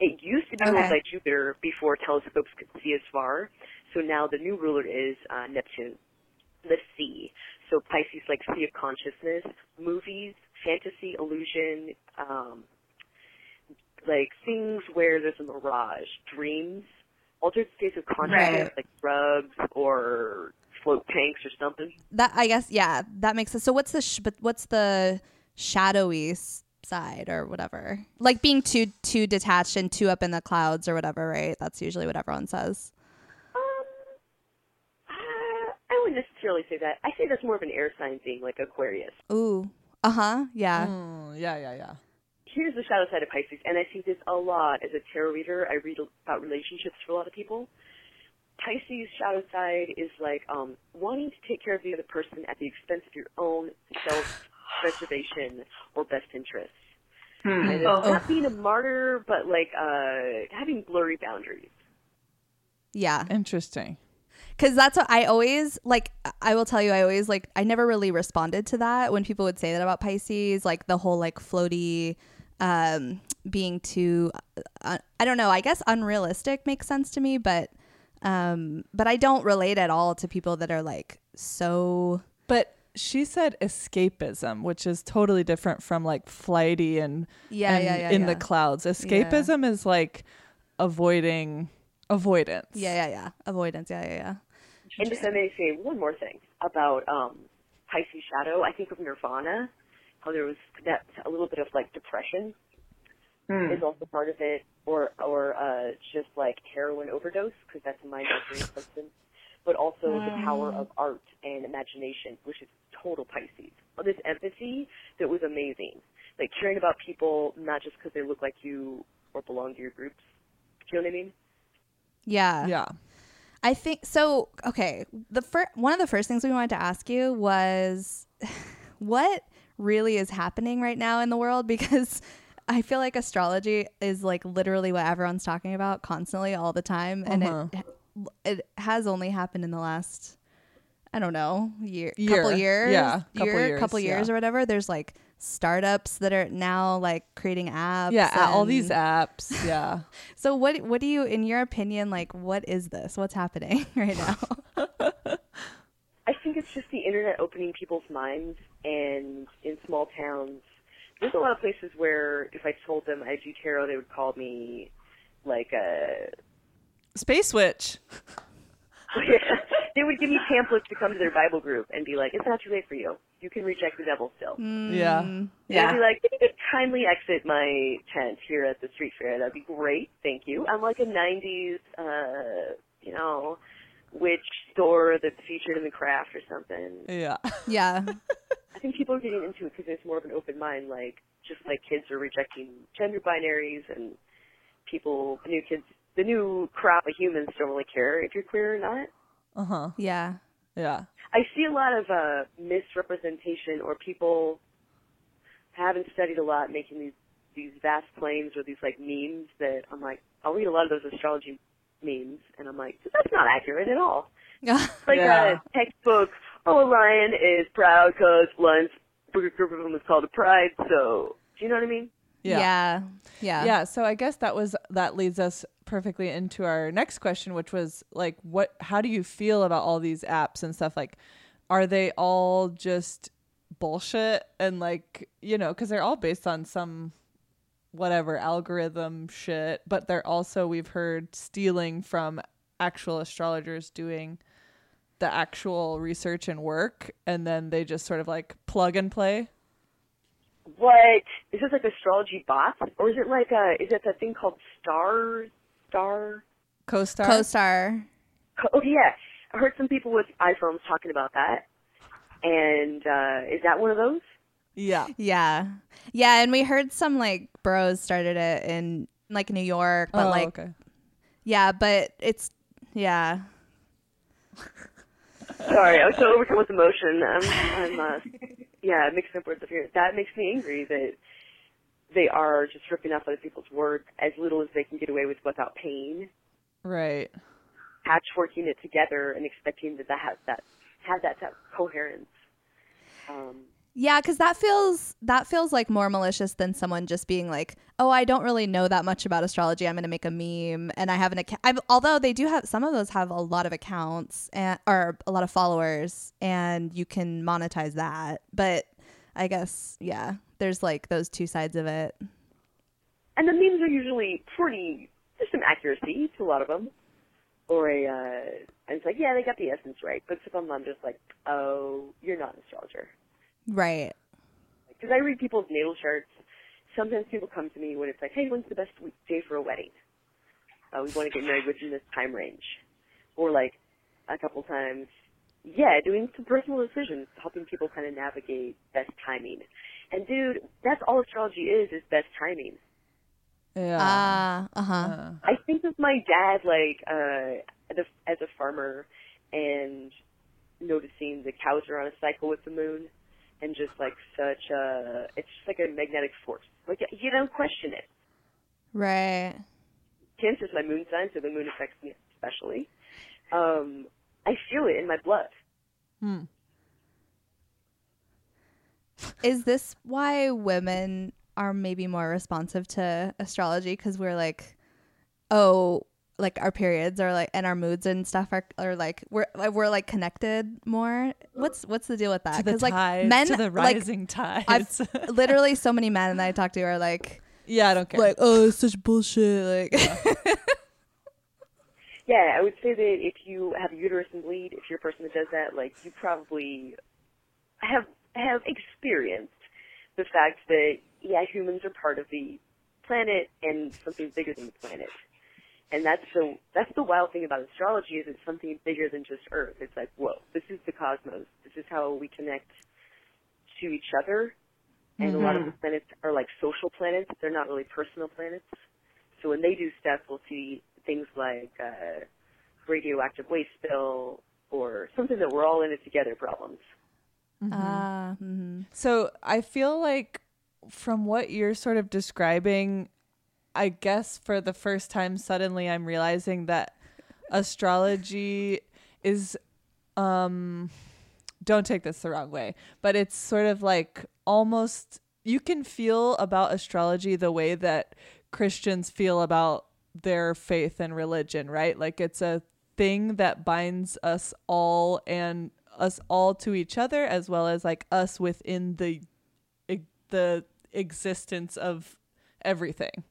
D: It used to be ruled
A: Okay.
D: by Jupiter before telescopes could see as far. So now the new ruler is uh, Neptune, the sea. So Pisces, like sea of consciousness, movies, fantasy, illusion, um, like things where there's a mirage, dreams, altered states of consciousness, like drugs or float tanks or something.
A: That I guess. Yeah. That makes sense. So what's the sh- but what's the shadowy s- side or whatever? Like being too too detached and too up in the clouds or whatever. Right. That's usually what everyone says.
D: Um, uh, I wouldn't necessarily say that. I say that's more of an air sign thing, like Aquarius.
A: Ooh. Uh huh. Yeah.
B: [laughs] Mm, yeah, yeah, yeah.
D: here's the shadow side of Pisces, and I see this a lot as a tarot reader. I read about relationships for a lot of people. Pisces shadow side is like um, wanting to take care of the other person at the expense of your own self preservation or best interests.
E: Hmm.
D: And it's
E: Oh.
D: not being a martyr, but like uh, having blurry boundaries.
A: Yeah.
B: Interesting.
A: Cause that's what I always like. I will tell you, I always like, I never really responded to that when people would say that about Pisces, like the whole like floaty um, being too, uh, I don't know, I guess unrealistic makes sense to me, but, um, but I don't relate at all to people that are like so,
B: But she said escapism, which is totally different from like flighty and,
A: Yeah,
B: and
A: yeah, yeah,
B: in
A: yeah.
B: the clouds. Escapism is like avoiding avoidance.
A: yeah, yeah, yeah, avoidance. Yeah, yeah, yeah.
D: And just let me say one more thing about um, Pisces Shadow. I think of Nirvana, how there was that a little bit of like depression
E: Hmm.
D: is also part of it, or or uh, just like heroin overdose because that's my Mercury substance. But also the power of art and imagination, which is total Pisces. Well, this empathy that was amazing, like caring about people not just because they look like you or belong to your groups. Do you know what I mean?
A: Yeah.
B: Yeah.
A: I think so. Okay, the first one of the first things we wanted to ask you was [laughs] what really is happening right now in the world [laughs] because I feel like astrology is like literally what everyone's talking about constantly all the time, and
B: Uh-huh.
A: it it has only happened in the last I don't know year,
B: Year.
A: couple years,
B: Yeah, couple
A: year,
B: years,
A: couple years
B: yeah.
A: or whatever. There's like startups that are now like creating apps.
B: Yeah. a- all these
A: and-
B: apps.
A: [laughs]
B: Yeah.
A: so what what do you in your opinion like what is this? What's happening [laughs] right now?
D: I think it's just the internet opening people's minds, and in small towns, there's a lot of places where if I told them I do tarot, they would call me like uh, a.
B: Space witch.
D: [laughs] they would give me pamphlets to come to their Bible group and be like, "It's not too late for you. You can reject the devil still."
B: Mm, Yeah.
A: Mm.
D: And I'd
E: Yeah.
D: be like, "If you could kindly exit my tent here at the street fair, that'd be great. Thank you." I'm like a '90s, uh, you know, witch store that's featured in the craft or something.
B: Yeah. [laughs]
A: Yeah.
D: I think people are getting into it because there's more of an open mind, like just like kids are rejecting gender binaries and people, the new kids, the new crop of humans don't really care if you're queer or not.
B: Uh huh.
A: Yeah. [laughs]
B: Yeah.
D: I see a lot of uh, misrepresentation or people haven't studied a lot making these these vast claims or these like memes that I'm like, I'll read a lot of those astrology memes and I'm like, that's not accurate at all.
A: Yeah.
D: like
B: Yeah.
D: a textbook. Oh, a lion is proud because lion's bigger group of them is called a pride. So, do you know what I mean?
B: Yeah.
A: Yeah. Yeah.
B: yeah so i guess that was that leads us perfectly into our next question which was like what how do you feel about all these apps and stuff like are they all just bullshit and like you know because they're all based on some whatever algorithm shit but they're also we've heard stealing from actual astrologers doing the actual research and work and then they just sort of like plug and play
D: What is this like astrology bots, or is it like a is it that thing called star star?
B: co-star
A: Co-star.
D: Co- Oh yeah, I heard some people with iPhones talking about that. And uh, is that one of those?
B: yeah
A: Yeah. Yeah, and we heard some like bros started it in like New York, but
B: Oh,
A: like
B: okay.
A: yeah, but it's yeah.
D: Sorry, I was so overcome with emotion. I'm, I'm uh, yeah, mixing up words up here. That makes me angry that they are just ripping off other people's work as little as they can get away with without pain.
B: right
D: Patchworking it together and expecting that that has that have that, that coherence. Um,
A: Yeah, cuz that feels that feels like more malicious than someone just being like, "Oh, I don't really know that much about astrology. I'm going to make a meme." And I have an account. I've, although they do have some of those have a lot of accounts and or a lot of followers and you can monetize that. But I guess yeah, there's like those two sides of it.
D: and the memes are usually pretty. There's some accuracy to a lot of them. Or a, uh, and it's like, yeah, they got the essence right. But some of them I'm just like, oh, you're not an astrologer.
A: Right.
D: because I read people's natal charts. Sometimes people come to me when it's like, "Hey, when's the best week- day for a wedding? Uh, we want to get married within this time range," or like a couple times, yeah, doing some personal decisions, helping people kind of navigate best timing. And dude, that's all astrology is—is best timing.
B: yeah
A: Ah, uh huh.
D: I think of my dad like uh the, as a farmer and noticing the cows are on a cycle with the moon and just like such a, it's just like a magnetic force. Like you don't question it.
A: Right.
D: Cancer's my moon sign, so the moon affects me especially. Um, I feel it in my blood.
A: Is this why women are maybe more responsive to astrology? Because we're like, oh, like our periods are like, and our moods and stuff are, are like, we're we're like connected more. What's what's the deal with that?
B: To the
A: Uh, like
B: tides, to the
A: like
B: rising
A: I've
B: tides.
A: literally so many men that I talk to are like,
B: [laughs] yeah, I don't care.
A: like oh, it's such bullshit. Like,
D: Yeah, I would say that if you have a uterus and bleed, if you're a person that does that, like you probably have have experienced the fact that yeah, humans are part of the planet and something bigger than the planet. And that's the that's the wild thing about astrology is it's something bigger than just Earth. It's like, whoa, this is the cosmos. This is how we connect to each other. And a lot of the planets are like social planets. They're not really personal planets. So when they do stuff, we'll see things like uh, radioactive waste spill or something that we're all in it together problems.
B: Mm-hmm.
A: ah, mhm.
B: So I feel like from what you're sort of describing, I guess for the first time suddenly I'm realizing that astrology is um don't take this the wrong way, but it's sort of like almost you can feel about astrology the way that Christians feel about their faith and religion, right? Like it's a thing that binds us all and us all to each other as well as like us within the e- the existence of everything.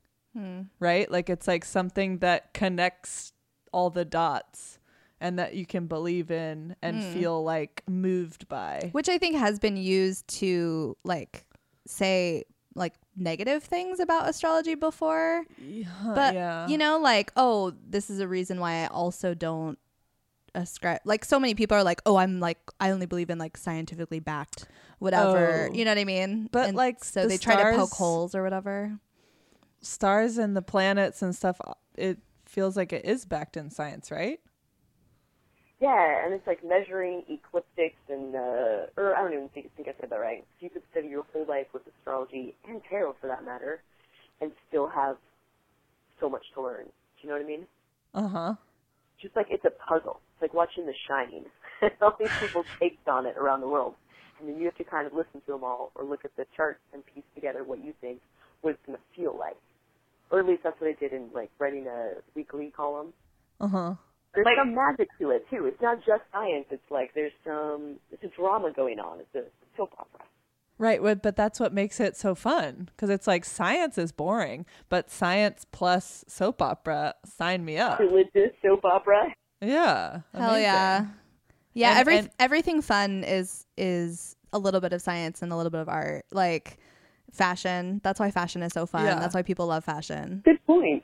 B: Right? Like it's like something that connects all the dots and that you can believe in and feel like moved by.
A: which I think has been used to like say like negative things about astrology before. but
B: yeah.
A: you know like oh this is a reason why i also don't ascribe like so many people are like oh i'm like i only believe in like scientifically backed whatever
B: Oh.
A: you know what i mean
B: But,
A: And
B: like,
A: so
B: the
A: they try to poke
B: stars-
A: holes or whatever
B: Stars and the planets and stuff it feels like it is backed in science, right?
D: Yeah, and it's like measuring ecliptics and, uh, or I don't even think, think I said that right. You could study your whole life with astrology and tarot for that matter and still have so much to learn. Do you know what I mean?
B: Uh-huh.
D: Just like it's a puzzle. It's like watching The Shining. [laughs] all these people takes on it around the world. And then you have to kind of listen to them all or look at the charts and piece together what you think what it's going to feel like. Or at least that's what I did in like writing a weekly column
B: Uh-huh.
D: there's some magic to it too. It's not just science. It's like there's some it's a drama going on. It's a soap opera.
B: Right, but but that's what makes it so fun because it's like science is boring, but science plus soap opera, sign me up.
D: Religious soap opera.
B: Yeah,
A: hell yeah
B: amazing.
A: yeah
B: And-
A: every
B: and-
A: everything fun is is a little bit of science and a little bit of art like fashion that's why fashion is so fun
B: Yeah.
A: that's why people love fashion
D: Good point.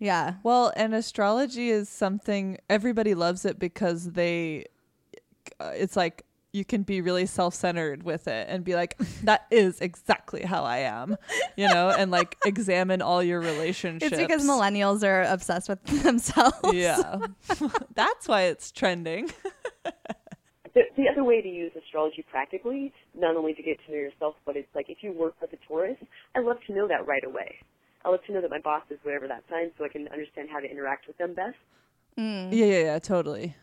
A: yeah
B: Well, and astrology is something everybody loves it because they, uh, it's like you can be really self centered with it and
A: [laughs]
B: be like, that is exactly how I am, you know,
A: [laughs]
B: and like examine all your relationships.
A: it's because millennials are obsessed with [laughs] themselves
B: Yeah, [laughs] that's why it's
A: [laughs]
B: trending.
D: The, the other way to use astrology practically, not only to get to know yourself, but it's like if you work with a Taurus, I love to know that right away. I love to know that my boss is whatever that sign, so I can understand how to interact with them best.
B: Yeah, yeah, yeah, totally.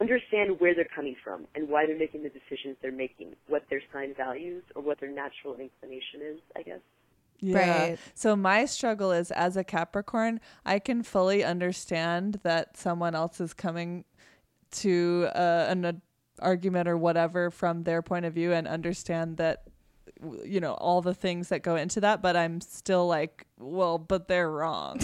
D: Understand where they're coming from and why they're making the decisions they're making, what their sign values or what their natural inclination is, I guess.
B: Yeah.
A: Right.
B: So my struggle is as a Capricorn, I can fully understand that someone else is coming to uh, an uh, argument or whatever from their point of view and understand that w- you know all the things that go into that but i'm still like well but they're wrong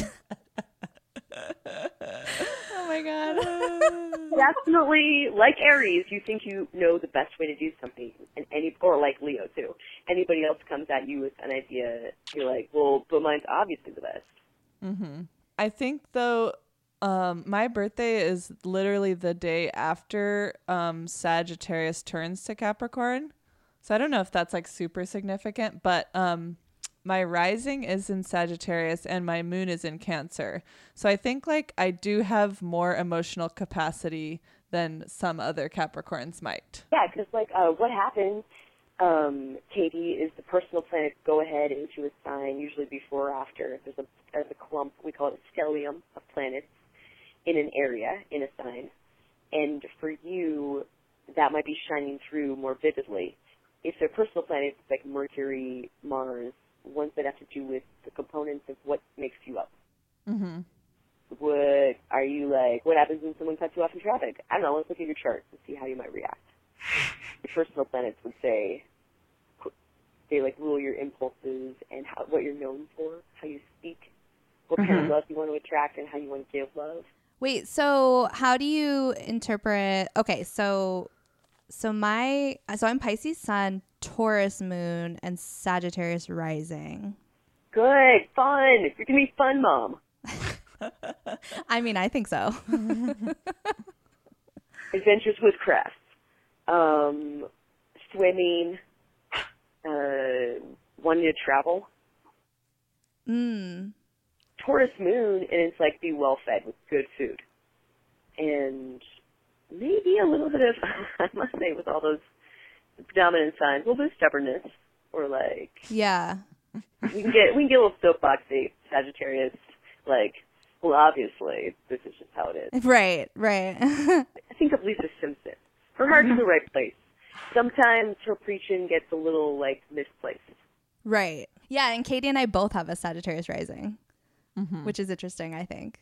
B: [laughs]
A: oh my god
D: Definitely, like Aries, you think you know the best way to do something, and any or like Leo too. Anybody else comes at you with an idea, you're like, well, but mine's obviously the best.
B: I think though, um, my birthday is literally the day after um, Sagittarius turns to Capricorn, so I don't know if that's like super significant, but um, my rising is in Sagittarius and my moon is in Cancer, so I think like I do have more emotional capacity than some other Capricorns might.
D: Yeah, because like, uh, what happened um, Katie is the personal planet to go ahead into a sign, usually before or after. There's a, there's a clump, we call it a stellium of planets in an area, in a sign. And for you, that might be shining through more vividly. If they're personal planets like Mercury, Mars, ones that have to do with the components of what makes you up.
B: Mm-hmm.
D: What are you like? What happens when someone cuts you off in traffic? I don't know. Let's look at your chart and see how you might react. Your personal planets would say they like rule your impulses and how, what you're known for, how you speak, what kind of love you want to attract, and how you want to give love.
A: Wait, so how do you interpret Okay, so so my so I'm Pisces sun, Taurus moon and Sagittarius rising.
D: Good, fun. You're gonna be fun, mom.
A: I mean, I think so. [laughs]
D: Adventures with crafts, um, swimming, uh, wanting to travel.
A: mm.
D: Taurus moon, and it's like be well fed with good food, and maybe a little bit of [laughs] I must say with all those predominant signs, a little bit of stubbornness, or like
A: Yeah.
D: we can get we can get a little soapboxy Sagittarius, like well obviously this is just how it is.
A: Right, right. [laughs]
D: I think of Lisa Simpson. Her heart's in the right place. Sometimes her preaching gets a little like misplaced.
A: right. Yeah, and Katie and I both have a Sagittarius rising. Which is interesting, I think.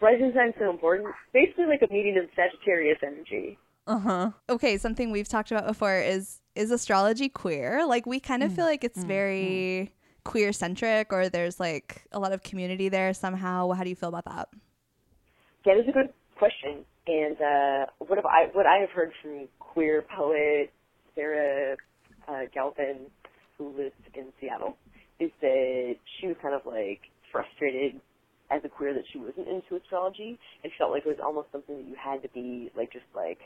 D: Rising signs so important. Basically, like a meeting of Sagittarius energy.
B: Uh huh.
A: okay, something we've talked about before is is astrology queer? Like we kind of feel like it's very queer centric or there's like a lot of community there somehow. How do you feel about that?
D: That is a good question. And uh, what have I what I have heard from queer poet Sarah uh, Galvin, who lives in Seattle, is that she was kind of like frustrated as a queer that she wasn't into astrology and felt like it was almost something that you had to be like just like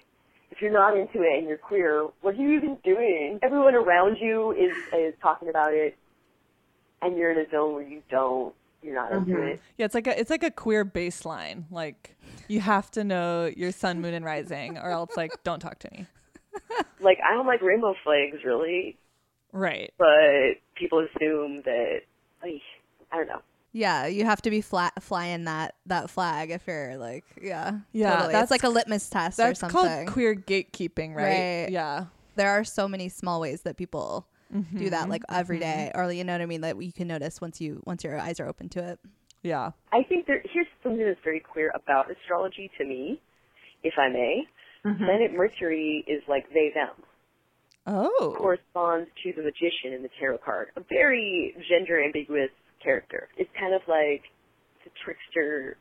D: if you're not into it and you're queer, what are you even doing? Everyone around you is is talking about it, and you're in a zone where you don't. You're not into it.
B: Yeah, it's like a it's like a queer baseline. Like you have to know your sun, moon, and rising, or else like don't talk to me.
D: Like I don't like rainbow flags really.
B: Right.
D: but people assume that like, I don't know.
A: Yeah, you have to be flat flying that that flag if you're like yeah
B: Yeah,
A: totally. That's
B: that's-
A: like a litmus test or
B: That's
A: something.
B: called queer gatekeeping, right?
A: Right.
B: Yeah.
A: there are so many small ways that people do that like every day or you know what I mean that you can notice once you once your eyes are open to it.
B: Yeah.
D: I think there here's something that's very clear about astrology to me, if I may. Planet Mercury is like they them.
B: Oh.
D: Corresponds to the magician in the tarot card. A very gender ambiguous character. It's kind of like it's a trickster,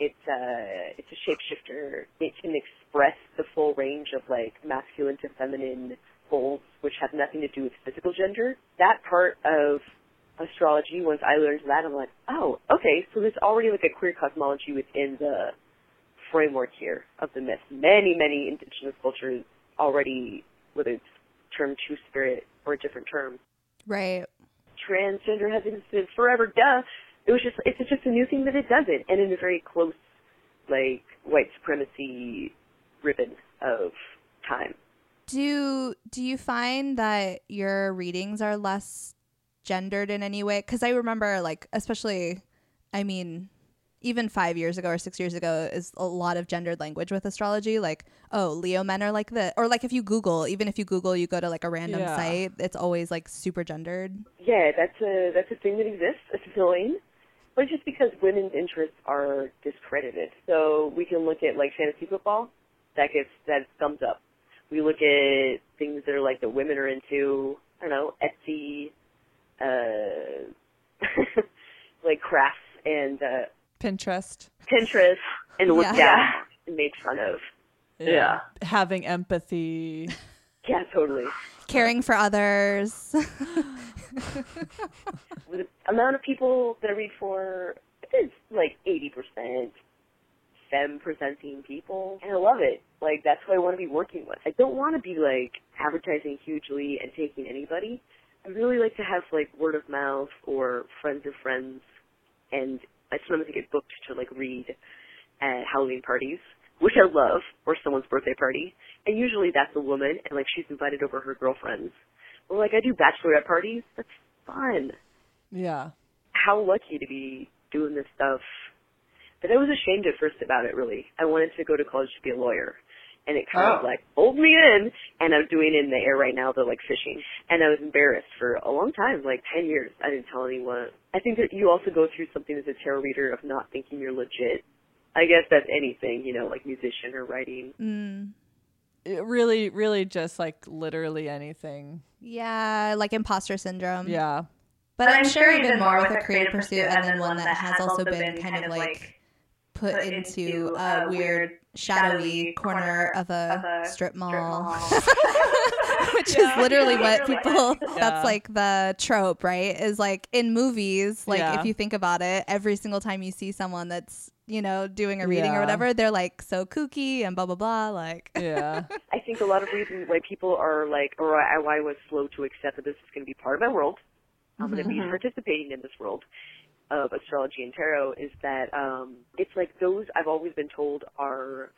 D: it's a it's a shapeshifter. It can express the full range of like masculine to feminine roles, which have nothing to do with physical gender. That part of astrology, once I learned that, I'm like, oh, okay, so there's already like a queer cosmology within the framework here of the myth. Many, many indigenous cultures already, whether it's term two spirit or a different term,
A: Right.
D: transgender has existed forever. Duh. It was just it's just a new thing that it doesn't, and in a very close like white supremacy ribbon of time.
A: do do you find that your readings are less gendered in any way because i remember like especially i mean even five years ago or six years ago is a lot of gendered language with astrology like oh leo men are like this or like if you google even if you google you go to like a random
B: Yeah.
A: site it's always like super gendered
D: Yeah, that's a that's a thing that exists. It's annoying. But it's just because women's interests are discredited. So we can look at like fantasy football, that gets that thumbs up. We look at things that are like that women are into, I don't know, Etsy, uh [laughs] like crafts and uh
B: Pinterest.
D: Pinterest and looked
A: Yeah.
D: at and made fun of. Yeah.
B: Having empathy.
D: Yeah, totally.
A: caring for others [laughs]
D: The amount of people that I read for is like 80% femme presenting people. And I love it. Like, that's who I want to be working with. I don't want to be like advertising hugely and taking anybody. I really like to have like word of mouth or friends of friends. And I sometimes get booked to like read at Halloween parties which I love, or someone's birthday party. And usually that's a woman, and like she's invited over her girlfriends. Well, like I do bachelorette parties. That's fun.
B: Yeah.
D: How lucky to be doing this stuff. But I was ashamed at first about it. Really, I wanted to go to college to be a lawyer, and it kind of
E: Oh.
D: like pulled me in. And I'm doing it in the air right now. They're like fishing, and I was embarrassed for a long time, like ten years. I didn't tell anyone. I think that you also go through something as a tarot reader of not thinking you're legit. I guess that's anything, you know, like musician or writing.
A: Mm.
B: It really, really just like literally anything.
A: Yeah, like imposter syndrome.
B: Yeah.
A: But, I'm, sure even more with a creative pursuit and then one that has also been kind of like put
E: put
A: into a weird shadowy corner of a strip mall. [laughs] Which is [laughs] literally what people
B: Yeah.
A: that's like the trope, right? Is like in movies, like
B: Yeah.
A: if you think about it, every single time you see someone that's, you know, doing a reading
B: Yeah.
A: or whatever, they're like so kooky and blah blah blah. Like
B: Yeah.
D: I think a lot of reasons why people are like, or I- why I was slow to accept that this is going to be part of my world. I'm going to be participating in this world of astrology and tarot is that um, it's like those I've always been told are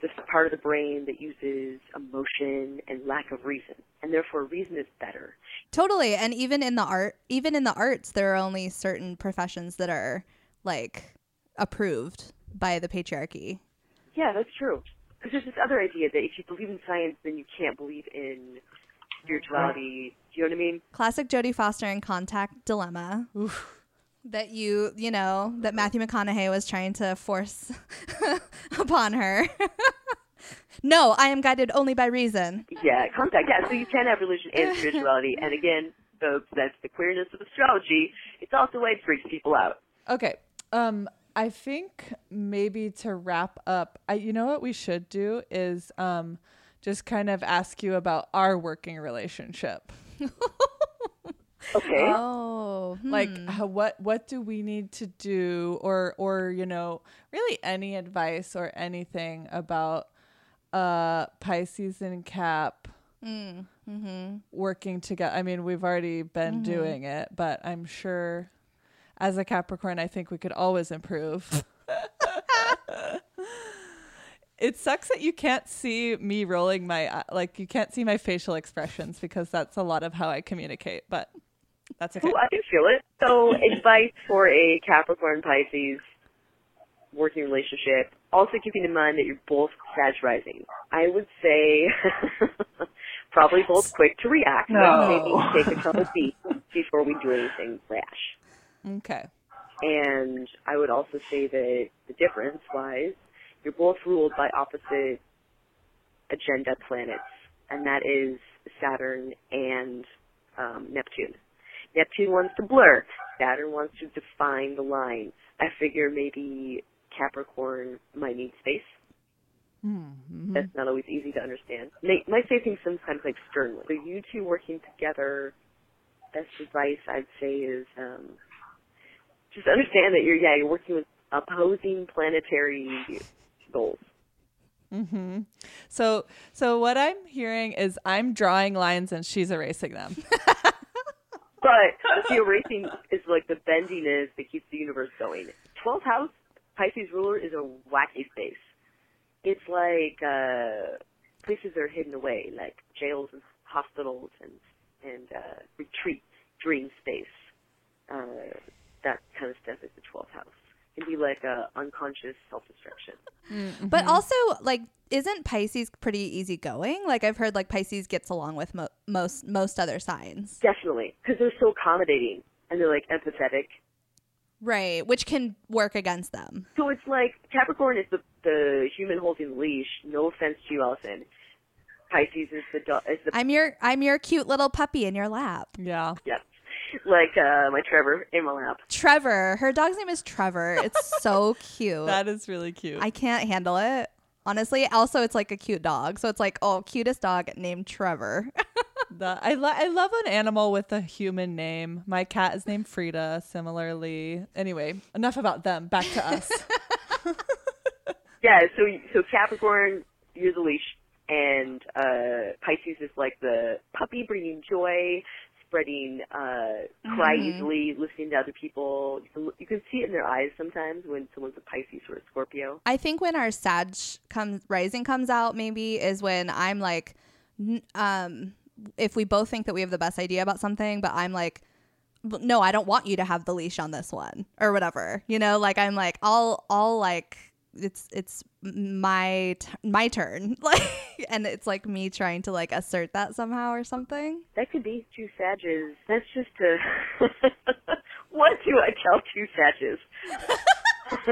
D: this part of the brain that uses emotion and lack of reason, and therefore reason is better.
A: Totally. And even in the art, even in the arts, there are only certain professions that are like approved by the patriarchy.
D: Yeah, that's true. Because there's this other idea that if you believe in science, then you can't believe in spirituality. Do you know what I mean?
A: Classic Jodie Foster and Contact dilemma. That you, you know, that Matthew McConaughey was trying to force [laughs] upon her. [laughs] no, I am guided only by reason.
D: Yeah, contact. Yeah, so you can have religion and spirituality. And again, folks, that's the queerness of astrology. It's also why it freaks people out.
B: Okay. Um, I think maybe to wrap up, I you know what we should do is um, just kind of ask you about our working relationship.
D: Okay.
A: Oh,
B: Like, how, what what do we need to do, or or you know, really any advice or anything about uh Pisces and Cap working together? I mean, we've already been doing it, but I'm sure as a Capricorn, I think we could always improve. it sucks that you can't see me rolling my like you can't see my facial expressions because that's a lot of how I communicate, but that's okay.
D: Ooh, I can feel it. So, advice for a Capricorn Pisces working relationship. Also, keeping in mind that you're both Sag rising. I would say [laughs] probably both quick to react. but
E: No.
D: Maybe take a couple beats before we do anything rash.
B: Okay.
D: And I would also say that the difference wise, you're both ruled by opposite agenda planets, and that is Saturn and um, Neptune. Neptune wants to blur. Saturn wants to define the line. I figure maybe Capricorn might need space. That's not always easy to understand. They might say things sometimes like sternly. So you two working together, best advice I'd say is um, just understand that you're yeah you're working with opposing planetary goals.
B: So so what I'm hearing is I'm drawing lines and she's erasing them.
D: But the erasing is like the bendiness that keeps the universe going. Twelfth house, Pisces ruler, is a wacky space. It's like uh, places that are hidden away, like jails and hospitals and and uh, retreat, dream space. Uh, that kind of stuff is the twelfth house. It can be like a unconscious self destruction.
A: But also, like, isn't Pisces pretty easygoing? Like, I've heard like Pisces gets along with mo- most most other signs,
D: Definitely, because they're so accommodating and they're like empathetic.
A: right? Which can work against them.
D: So it's like Capricorn is the the human holding the leash. No offense to you, Allison. Pisces is the do- is the
A: I'm your I'm your cute little puppy in your lap.
B: Yeah.
D: yeah, like uh, my Trevor in my lap.
A: Trevor, her dog's name is Trevor. It's so cute.
B: That is really cute.
A: I can't handle it. Honestly, also it's like a cute dog. So it's like, oh, cutest dog named Trevor.
B: The, I, lo- I love an animal with a human name. My cat is named Frida, similarly. Anyway, enough about them. Back to us.
D: Yeah. So so Capricorn, you're the leash, and uh, Pisces is like the puppy bringing joy, spreading uh, cry easily, listening to other people. You can, you can see it in their eyes sometimes when someone's a Pisces or a Scorpio.
A: I think when our Sag comes rising comes out, maybe is when I'm like, n- um, if we both think that we have the best idea about something, but I'm like, "But no, I don't want you to have the leash on this one or whatever. You know, like I'm like, I'll, I'll like, it's, it's my, t- my turn, [laughs] like, and it's like me trying to like assert that somehow or something.
D: That could be two Sages. That's just a. [laughs] what do I tell two Sages? [laughs]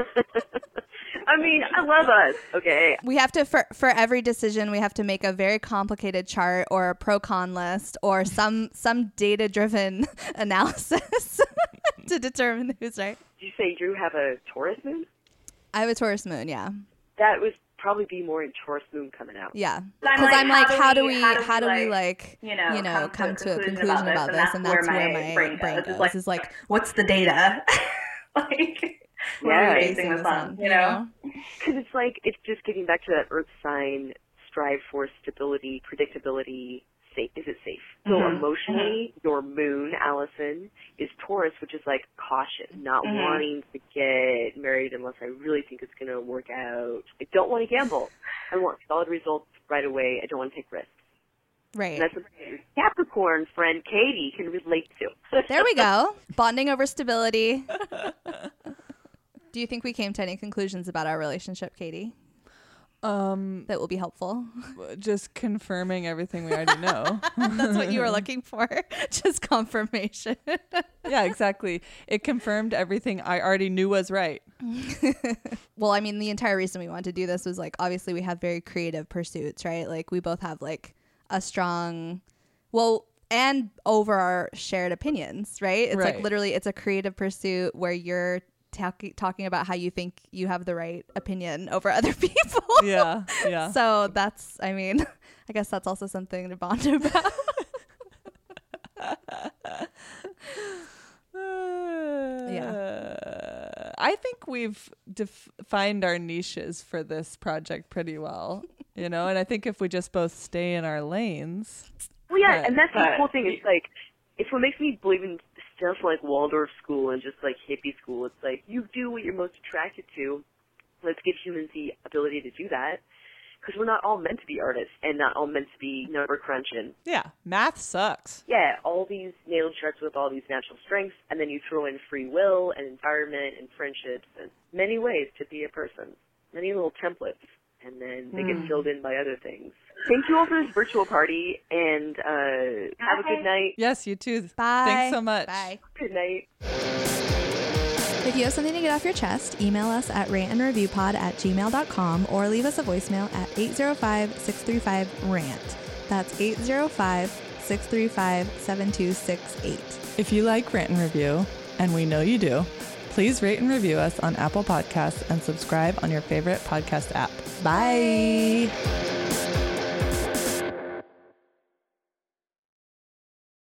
D: I mean, I love us. Okay,
A: we have to for for every decision we have to make a very complicated chart or a pro con list or [laughs] some some data driven [laughs] analysis [laughs] to determine who's right.
D: did you say Drew have a Taurus moon?
A: I have a Taurus moon, yeah,
D: That would probably be more in Taurus moon coming out.
A: yeah.
E: I'm
A: Because
E: like,
A: I'm like, how do we
E: how do
A: how do we
E: we,
A: like
E: you know,
A: you know come to a conclusion about this, and that's where my brain goes. Is like
E: what's the data? like, what are
D: Yeah.
E: we
A: basing
E: basing this on? You
A: you
E: know?
D: Because it's like, it's just getting back to that earth sign, strive for stability, predictability, safe. Is it safe? So
E: Mhm.
D: emotionally, your moon, Allison, is Taurus, which is like caution, not
E: Mhm.
D: wanting to get married unless I really think it's going to work out. I don't want to gamble. I want solid results right away. I don't want to take risks. And
A: right.
D: that's what your Capricorn friend Katie can relate to.
A: There we [laughs] go. Bonding over [laughs] stability. Do you think we came to any conclusions about our relationship, Katie,
B: Um,
A: that will be helpful?
B: just confirming everything we already know.
A: That's what you
B: [laughs]
A: were looking for. [laughs] Just confirmation. [laughs]
B: yeah, exactly. It confirmed everything I already knew was right.
A: well, I mean, the entire reason we wanted to do this was like obviously we have very creative pursuits, right? Like we both have like a strong, well, and over our shared opinions, right? It's like
B: Right.
A: literally it's a creative pursuit where you're talk- talking about how you think you have the right opinion over other [laughs] people.
B: Yeah, yeah.
A: So that's, I mean, [laughs] I guess that's also something to bond [laughs] about.
B: yeah. Uh, I think we've defined our niches for this project pretty well, you know, and I think if we just both stay in our lanes.
D: Well, yeah,
B: But-
D: and that's the
E: but-
D: cool thing. It's like it's what makes me believe in stuff like Waldorf school and just like hippie school. It's like you do what you're most attracted to. Let's give humans the ability to do that because we're not all meant to be artists and not all meant to be number crunching.
B: Yeah, math sucks.
D: Yeah, all these nailed charts with all these natural strengths, and then you throw in free will and environment and friendships and many ways to be a person, many little templates, and then they get filled in by other things. Hmm. Thank you all for this virtual party, and uh, have a good night.
B: Yes, you too.
A: Bye.
B: Thanks so much.
A: Bye.
D: Good night.
A: If you have something to get off your chest, email us at rantandraviewpod at gmail.com or leave us a voicemail at 805-635-RANT. That's 805-635-7268.
B: If you like Rant and Review, and we know you do, please rate and review us on Apple Podcasts and subscribe on your favorite podcast app. Bye.